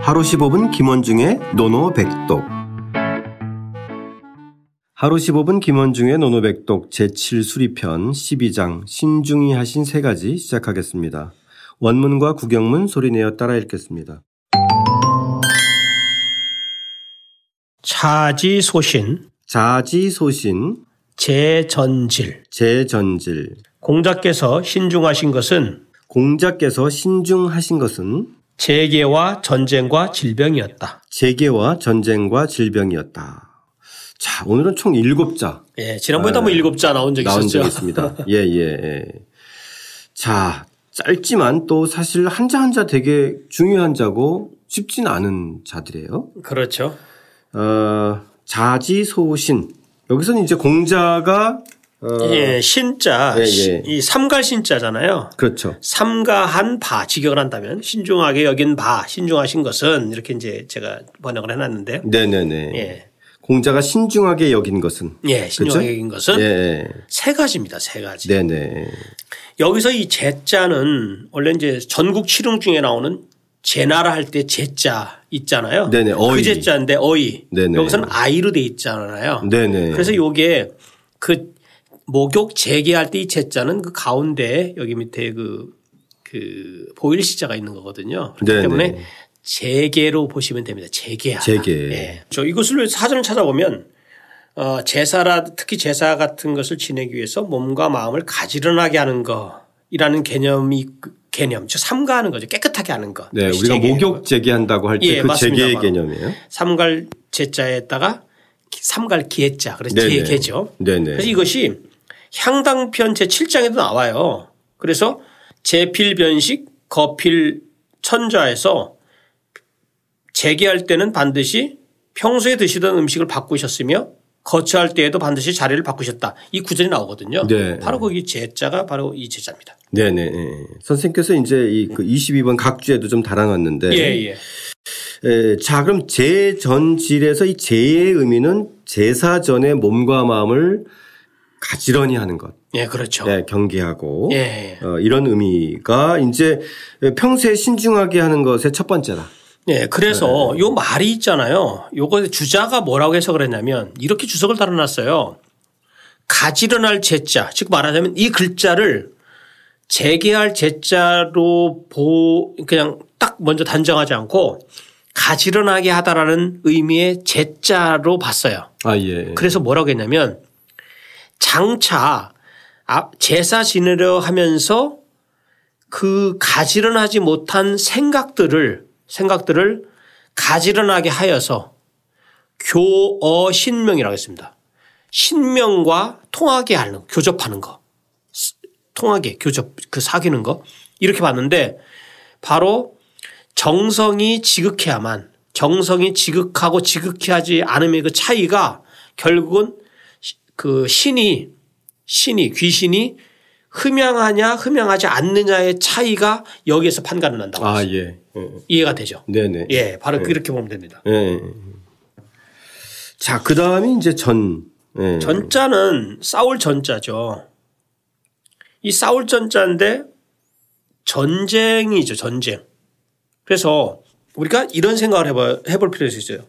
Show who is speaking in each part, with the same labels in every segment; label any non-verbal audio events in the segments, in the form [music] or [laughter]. Speaker 1: 하루 15분 김원중의 노노백독 하루 15분 김원중의 노노백독 제7수리편 12장 신중히 하신 세 가지 시작하겠습니다. 원문과 구경문 소리내어 따라 읽겠습니다.
Speaker 2: 차지소신,
Speaker 1: 자지소신
Speaker 2: 재전질.
Speaker 1: 제전질
Speaker 2: 공자께서 신중하신 것은
Speaker 1: 공자께서 신중하신 것은
Speaker 2: 재계와 전쟁과 질병이었다.
Speaker 1: 재계와 전쟁과 질병이었다. 자, 오늘은 총 7자
Speaker 2: 예, 지난번에도 한번 일곱자 나온 적이
Speaker 1: 나온 적이
Speaker 2: 있었죠.
Speaker 1: 있습니다. 예, 예, 예. 자, 짧지만 또 사실 한자 한자 되게 중요한 자고 쉽진 않은 자들이에요.
Speaker 2: 그렇죠.
Speaker 1: 어, 자지소신. 여기서는 이제 공자가, 어,
Speaker 2: 예, 신자,
Speaker 1: 예, 예.
Speaker 2: 시- 이 삼갈신자잖아요.
Speaker 1: 그렇죠.
Speaker 2: 삼가한 바, 직역을 한다면 신중하게 여긴 바, 신중하신 것은 이렇게 이제 제가 번역을 해놨는데,
Speaker 1: 네네네.
Speaker 2: 예,
Speaker 1: 공자가 신중하게 여긴 것은.
Speaker 2: 예, 신중하게 여긴 것은
Speaker 1: 예,
Speaker 2: 세 가지입니다. 세 가지.
Speaker 1: 네네.
Speaker 2: 여기서 이 제자는 원래 이제 전국 칠흥 중에 나오는 제나라 할 때 제자 있잖아요.
Speaker 1: 네네, 어이.
Speaker 2: 그 제자인데 어이.
Speaker 1: 네네.
Speaker 2: 여기서는 아이로 돼 있잖아요.
Speaker 1: 네네.
Speaker 2: 그래서 요게 그 목욕 재개할 때 이 제자는 그 가운데 여기 밑에 그, 그 보일시자가 있는 거거든요. 그렇기
Speaker 1: 네네.
Speaker 2: 때문에 재개로 보시면 됩니다. 재개하다.
Speaker 1: 재개.
Speaker 2: 예. 저 이것을 사전을 찾아보면 어, 제사라 특히 제사 같은 것을 지내기 위해서 몸과 마음을 가지런하게 하는 것이라는 개념이 그 개념, 즉 삼가하는 거죠. 깨끗하게 하는 것.
Speaker 1: 네, 우리가
Speaker 2: 재개하는 것.
Speaker 1: 목욕 재개한다고 할 때 그
Speaker 2: 예, 맞습니다.
Speaker 1: 재개의
Speaker 2: 바로.
Speaker 1: 개념이에요.
Speaker 2: 삼갈 제자에다가 삼갈 기해자 그래서
Speaker 1: 네네.
Speaker 2: 재개죠.
Speaker 1: 네네.
Speaker 2: 그래서 이것이 향당편 제 7장에도 나와요. 그래서 제필변식 거필 천자에서 재개할 때는 반드시 평소에 드시던 음식을 바꾸셨으며 거처할 때에도 반드시 자리를 바꾸셨다. 이 구절이 나오거든요.
Speaker 1: 네.
Speaker 2: 바로 거기 제자가 바로 이 제자입니다.
Speaker 1: 네네. 예. 선생님께서 이제 이 그 22번 각주에도 좀 달아놨는데.
Speaker 2: 예, 예.
Speaker 1: 에, 자, 그럼 재전질에서 이 재의 의미는 제사 전에 몸과 마음을 가지런히 하는 것,
Speaker 2: 예, 그렇죠.
Speaker 1: 네, 경계하고
Speaker 2: 예, 예.
Speaker 1: 어, 이런 의미가 이제 평소에 신중하게 하는 것의 첫 번째다.
Speaker 2: 예, 그래서 요 말이 있잖아요. 요거 주자가 뭐라고 해서 그랬냐면 이렇게 주석을 달아놨어요. 가지런할 제자, 즉 말하자면 이 글자를 재개할 제자로 보 그냥 딱 먼저 단정하지 않고 가지런하게 하다라는 의미의 제자로 봤어요.
Speaker 1: 아 예.
Speaker 2: 네. 그래서 뭐라고 했냐면 장차 아, 제사 지내려 하면서 그 가지런하지 못한 생각들을 생각들을 가지런하게 하여서 교어 신명이라고 했습니다. 신명과 통하게 하는 거, 교접하는 거. 스- 통하게 교접 그 사귀는 거 이렇게 봤는데 바로 정성이 지극해야만 정성이 지극하고 지극하지 않음의 그 차이가 결국은 시- 그 신이 신이 귀신이 흠양하냐 흠양하지 않느냐의 차이가 여기에서 판가름 난다고
Speaker 1: 아 예. 예.
Speaker 2: 이해가 되죠.
Speaker 1: 네네.
Speaker 2: 예, 바로 그렇게 보면 됩니다.
Speaker 1: 예, 예. 자, 그 다음이 이제 전. 예.
Speaker 2: 전자는 싸울 전자죠. 이 싸울 전자인데 전쟁이죠, 전쟁. 그래서 우리가 이런 생각을 해봐, 해볼 필요가 있어요.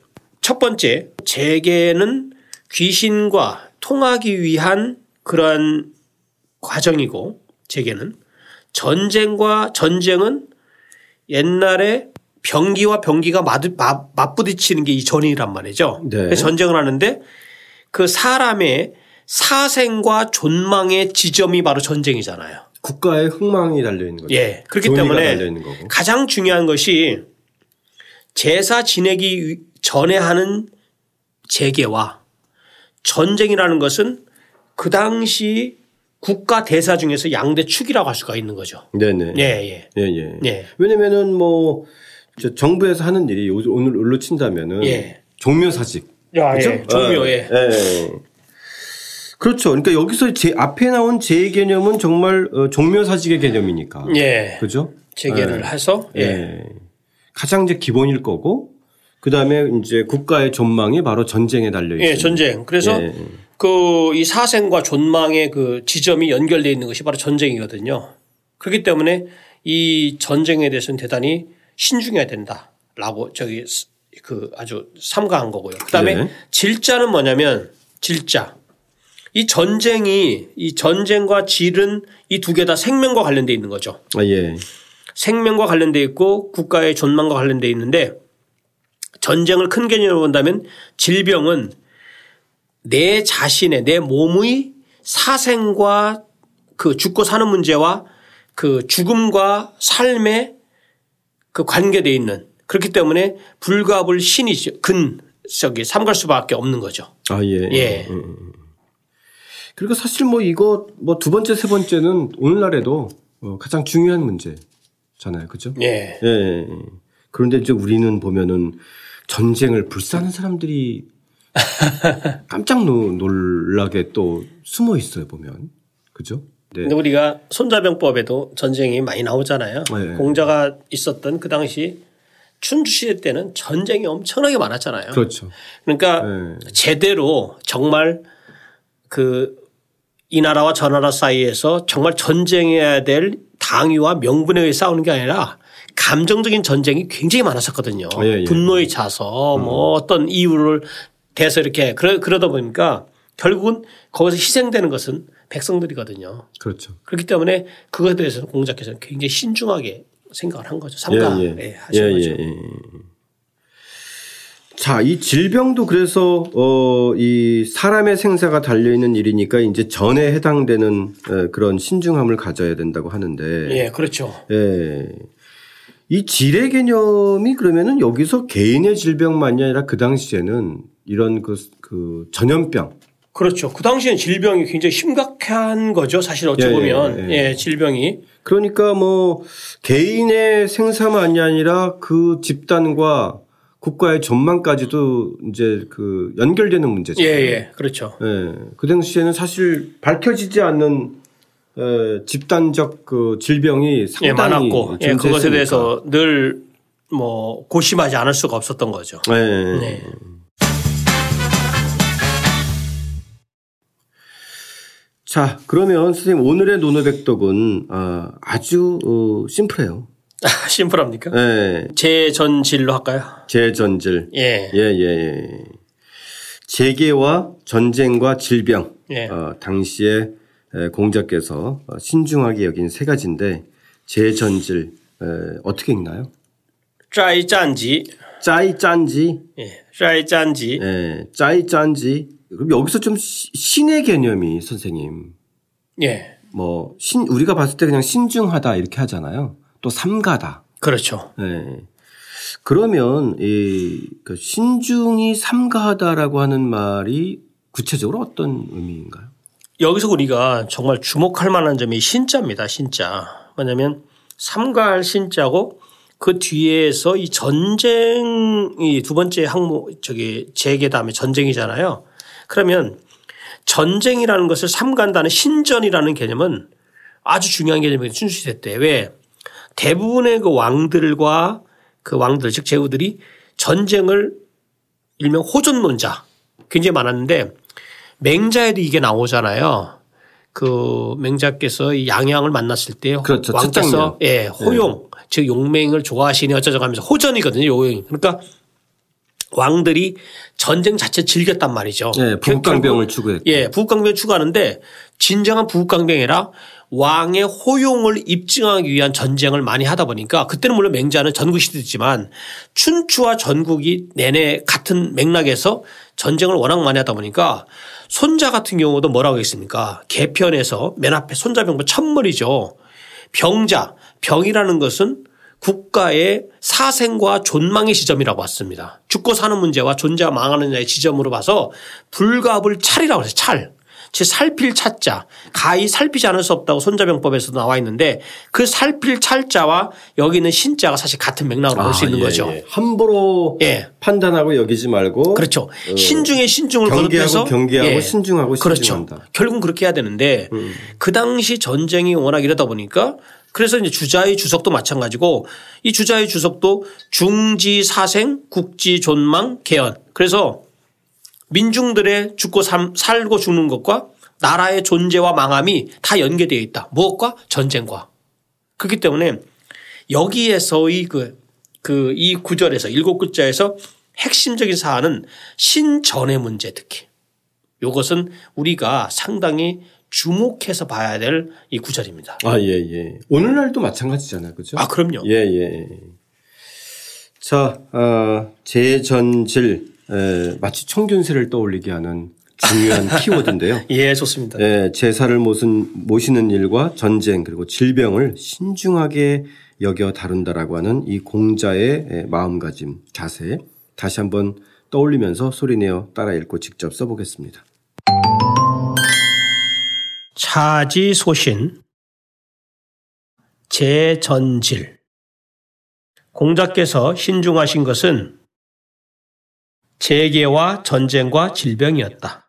Speaker 2: 첫 번째, 재계는 귀신과 통하기 위한 그러한 과정이고, 재계는 전쟁과 전쟁은 옛날에 병기와 병기가 마주- 마- 맞부딪히는 게 이 전이란 말이죠.
Speaker 1: 네.
Speaker 2: 그래서 전쟁을 하는데 그 사람의 사생과 존망의 지점이 바로 전쟁이잖아요.
Speaker 1: 국가의 흥망이 달려 있는 거죠.
Speaker 2: 예. 그렇기
Speaker 1: 존의가
Speaker 2: 때문에
Speaker 1: 달려 있는 거고.
Speaker 2: 가장 중요한 것이 제사 지내기 위- 전에 하는 재계와 전쟁이라는 것은 그 당시 국가 대사 중에서 양대 축이라고 할 수가 있는 거죠.
Speaker 1: 네네.
Speaker 2: 예, 예.
Speaker 1: 예, 예.
Speaker 2: 예.
Speaker 1: 왜냐면은 뭐, 저 정부에서 하는 일이 요- 오늘 올로 친다면은.
Speaker 2: 예.
Speaker 1: 종묘사직.
Speaker 2: 야,
Speaker 1: 그죠?
Speaker 2: 종묘,
Speaker 1: 예.
Speaker 2: 예.
Speaker 1: 예. 그렇죠. 그러니까 여기서 제 앞에 나온 제의 개념은 정말 어, 종묘사직의 개념이니까.
Speaker 2: 예.
Speaker 1: 그죠?
Speaker 2: 재계를 해서,
Speaker 1: 예.
Speaker 2: 예.
Speaker 1: 가장 이제 기본일 거고, 그 다음에 이제 국가의 존망이 바로 전쟁에 달려 있어요.
Speaker 2: 예, 전쟁. 그래서
Speaker 1: 예.
Speaker 2: 그 이 사생과 존망의 그 지점이 연결되어 있는 것이 바로 전쟁이거든요. 그렇기 때문에 이 전쟁에 대해서는 대단히 신중해야 된다. 라고 저기 스- 그 아주 삼가한 거고요. 그다음에
Speaker 1: 네.
Speaker 2: 질자는 뭐냐면 질자. 이 전쟁이 이 전쟁과 질은 이 두 개 다 생명과 관련돼 있는 거죠.
Speaker 1: 아, 예.
Speaker 2: 생명과 관련돼 있고 국가의 존망과 관련돼 있는데 전쟁을 큰 개념으로 본다면 질병은 내 자신의 내 몸의 사생과 그 죽고 사는 문제와 그 죽음과 삶의 그 관계돼 있는 그렇기 때문에 불가불 신이죠 근 저기 삼갈 수밖에 없는 거죠.
Speaker 1: 아, 예.
Speaker 2: 예.
Speaker 1: 그리고 사실 뭐 이거 뭐 두 번째 세 번째는 오늘날에도 어, 가장 중요한 문제잖아요. 그죠?
Speaker 2: 예.
Speaker 1: 예, 예. 예. 그런데 이제 우리는 보면은 전쟁을 불사하는
Speaker 2: [laughs]
Speaker 1: 사람들이 깜짝 노- 놀라게 또 숨어 있어요, 보면. 그죠? 네.
Speaker 2: 근데 우리가 손자병법에도 전쟁이 많이 나오잖아요.
Speaker 1: 네.
Speaker 2: 공자가 있었던 그 당시 춘추 시대 때는 전쟁이 엄청나게 많았잖아요.
Speaker 1: 그렇죠.
Speaker 2: 그러니까
Speaker 1: 예.
Speaker 2: 제대로 정말 그 이 나라와 저 나라 사이에서 정말 전쟁해야 될 당위와 명분에 의해 싸우는 게 아니라 감정적인 전쟁이 굉장히 많았었거든요.
Speaker 1: 예, 음. 예.
Speaker 2: 분노에 차서 뭐 어떤 이유를 대서 이렇게 그러, 그러다 보니까 결국은 거기서 희생되는 것은 백성들이거든요.
Speaker 1: 그렇죠.
Speaker 2: 그렇기 때문에 그것에 대해서는 공작께서는 굉장히 신중하게 생각을 한 거죠. 삼가 예, 하신 거죠.
Speaker 1: 예. 자, 이 질병도 그래서 어, 이 사람의 생사가 달려 있는 일이니까 이제 전에 해당되는 에, 그런 신중함을 가져야 된다고 하는데,
Speaker 2: 예, 그렇죠.
Speaker 1: 예. 이 질의 개념이 그러면은 여기서 개인의 질병만이 아니라 그 당시에는 이런 그, 그 전염병,
Speaker 2: 그렇죠. 그 당시엔 질병이 굉장히 심각한 거죠. 사실 어찌
Speaker 1: 예, 예,
Speaker 2: 보면
Speaker 1: 예.
Speaker 2: 예, 질병이
Speaker 1: 그러니까 뭐 개인의 생사만이 아니라 그 집단과 국가의 전망까지도 이제 그 연결되는 문제죠.
Speaker 2: 예, 예, 그렇죠.
Speaker 1: 예, 그 당시에는 사실 밝혀지지 않는 에, 집단적 그 질병이
Speaker 2: 예,
Speaker 1: 상당히
Speaker 2: 많았고 예,
Speaker 1: 존재했으니까.
Speaker 2: 그것에 대해서 늘 뭐 고심하지 않을 수가 없었던 거죠. [laughs]
Speaker 1: 예, 예.
Speaker 2: 네.
Speaker 1: 자, 그러면 선생님 오늘의 노노백독은 아, 아주 어, 심플해요.
Speaker 2: 심플합니까?
Speaker 1: 예,
Speaker 2: 재전질로 할까요?
Speaker 1: 재전질.
Speaker 2: 예,
Speaker 1: 예, 예, 예. 재계와 전쟁과 질병.
Speaker 2: 예.
Speaker 1: 어, 당시에 에, 공자께서 어, 신중하게 여긴 세 가지인데 재전질 에, 어떻게 읽나요?
Speaker 2: 짜이 짠지,
Speaker 1: 짜이 짠지,
Speaker 2: 예, 짜이 짠지.
Speaker 1: 예, 짜이 짠지. 그럼 여기서 좀 시- 신의 개념이 선생님,
Speaker 2: 예,
Speaker 1: 뭐 신 우리가 봤을 때 그냥 신중하다 이렇게 하잖아요. 또 삼가다.
Speaker 2: 그렇죠.
Speaker 1: 예. 그러면 이그 신중이 삼가하다라고 하는 말이 구체적으로 어떤 의미인가요?
Speaker 2: 여기서 우리가 정말 주목할 만한 점이 신자입니다. 신자. 왜냐하면 삼가할 신자고 그 뒤에서 이 전쟁이 두 번째 항목 저기 재계 다음에 전쟁이잖아요. 그러면 전쟁이라는 것을 삼간다는 신전이라는 개념은 아주 중요한 개념이에요. 춘추시대 때. 왜? 대부분의 그 왕들과 그 왕들 즉 제후들이 전쟁을 일명 호전론자 굉장히 많았는데 맹자에도 이게 나오잖아요. 그 맹자께서 이 양양을 만났을 때
Speaker 1: 그렇죠. 네. 첫 장면.
Speaker 2: 왕께서 예, 호용 즉 용맹을 좋아하시니 어쩌저쩌 하면서 호전이거든요. 용맹. 그러니까 왕들이 전쟁 자체 즐겼단 말이죠.
Speaker 1: 예, 북강병을 추구했고.
Speaker 2: 예, 부국강병 추구하는데 진정한 부국강병이라 왕의 호용을 입증하기 위한 전쟁을 많이 하다 보니까 그때는 물론 맹자는 전국시대지만 춘추와 전국이 내내 같은 맥락에서 전쟁을 워낙 많이 하다 보니까 손자 같은 경우도 뭐라고 했습니까? 개편에서 맨 앞에 손자병부 첫머리죠. 병자, 병이라는 것은 국가의 사생과 존망의 지점이라고 봤습니다. 죽고 사는 문제와 존재와 망하느냐의 지점으로 봐서 불가불 찰이라고 해서 찰. 즉 살필 찰자 가히 살피지 않을 수 없다고 손자병법에서 도 나와 있는데 그 살필 찰자와 여기 있는 신자가 사실 같은 맥락으로 볼 수 있는
Speaker 1: 예,
Speaker 2: 거죠.
Speaker 1: 예. 함부로
Speaker 2: 예.
Speaker 1: 판단하고 여기지 말고 어,
Speaker 2: 그렇죠. 신중에 신중을
Speaker 1: 경계하고
Speaker 2: 거듭해서 예,
Speaker 1: 경계하고 신중하고
Speaker 2: 그렇죠.
Speaker 1: 신중한다. 음.
Speaker 2: 결국은 그렇게 해야 되는데 그 당시 전쟁이 워낙 이러다 보니까 그래서 이제 주자의 주석도 마찬가지고 이 주자의 주석도 중지 사생 국지 존망 개헌 그래서 민중들의 죽고 삶- 살고 죽는 것과 나라의 존재와 망함이 다 연계되어 있다. 무엇과 전쟁과 그렇기 때문에 여기에서의 그 그 이 구절에서 일곱 글자에서 핵심적인 사안은 신전의 문제 특히 이것은 우리가 상당히 주목해서 봐야 될 이 구절입니다.
Speaker 1: 아, 예, 예. 오늘날도 마찬가지잖아요. 그죠?
Speaker 2: 아 그럼요.
Speaker 1: 예, 예. 예. 자, 어, 재전질, 에, 마치 청균세를 떠올리게 하는 중요한 키워드인데요.
Speaker 2: 예 좋습니다.
Speaker 1: 예, 제사를 모신, 모시는 일과 전쟁 그리고 질병을 신중하게 여겨 다룬다라고 하는 이 공자의 예, 마음가짐, 자세 다시 한번 떠올리면서 소리내어 따라 읽고 직접 써보겠습니다.
Speaker 2: 차지소신 재전질 공자께서 신중하신 것은 재계와 전쟁과 질병이었다.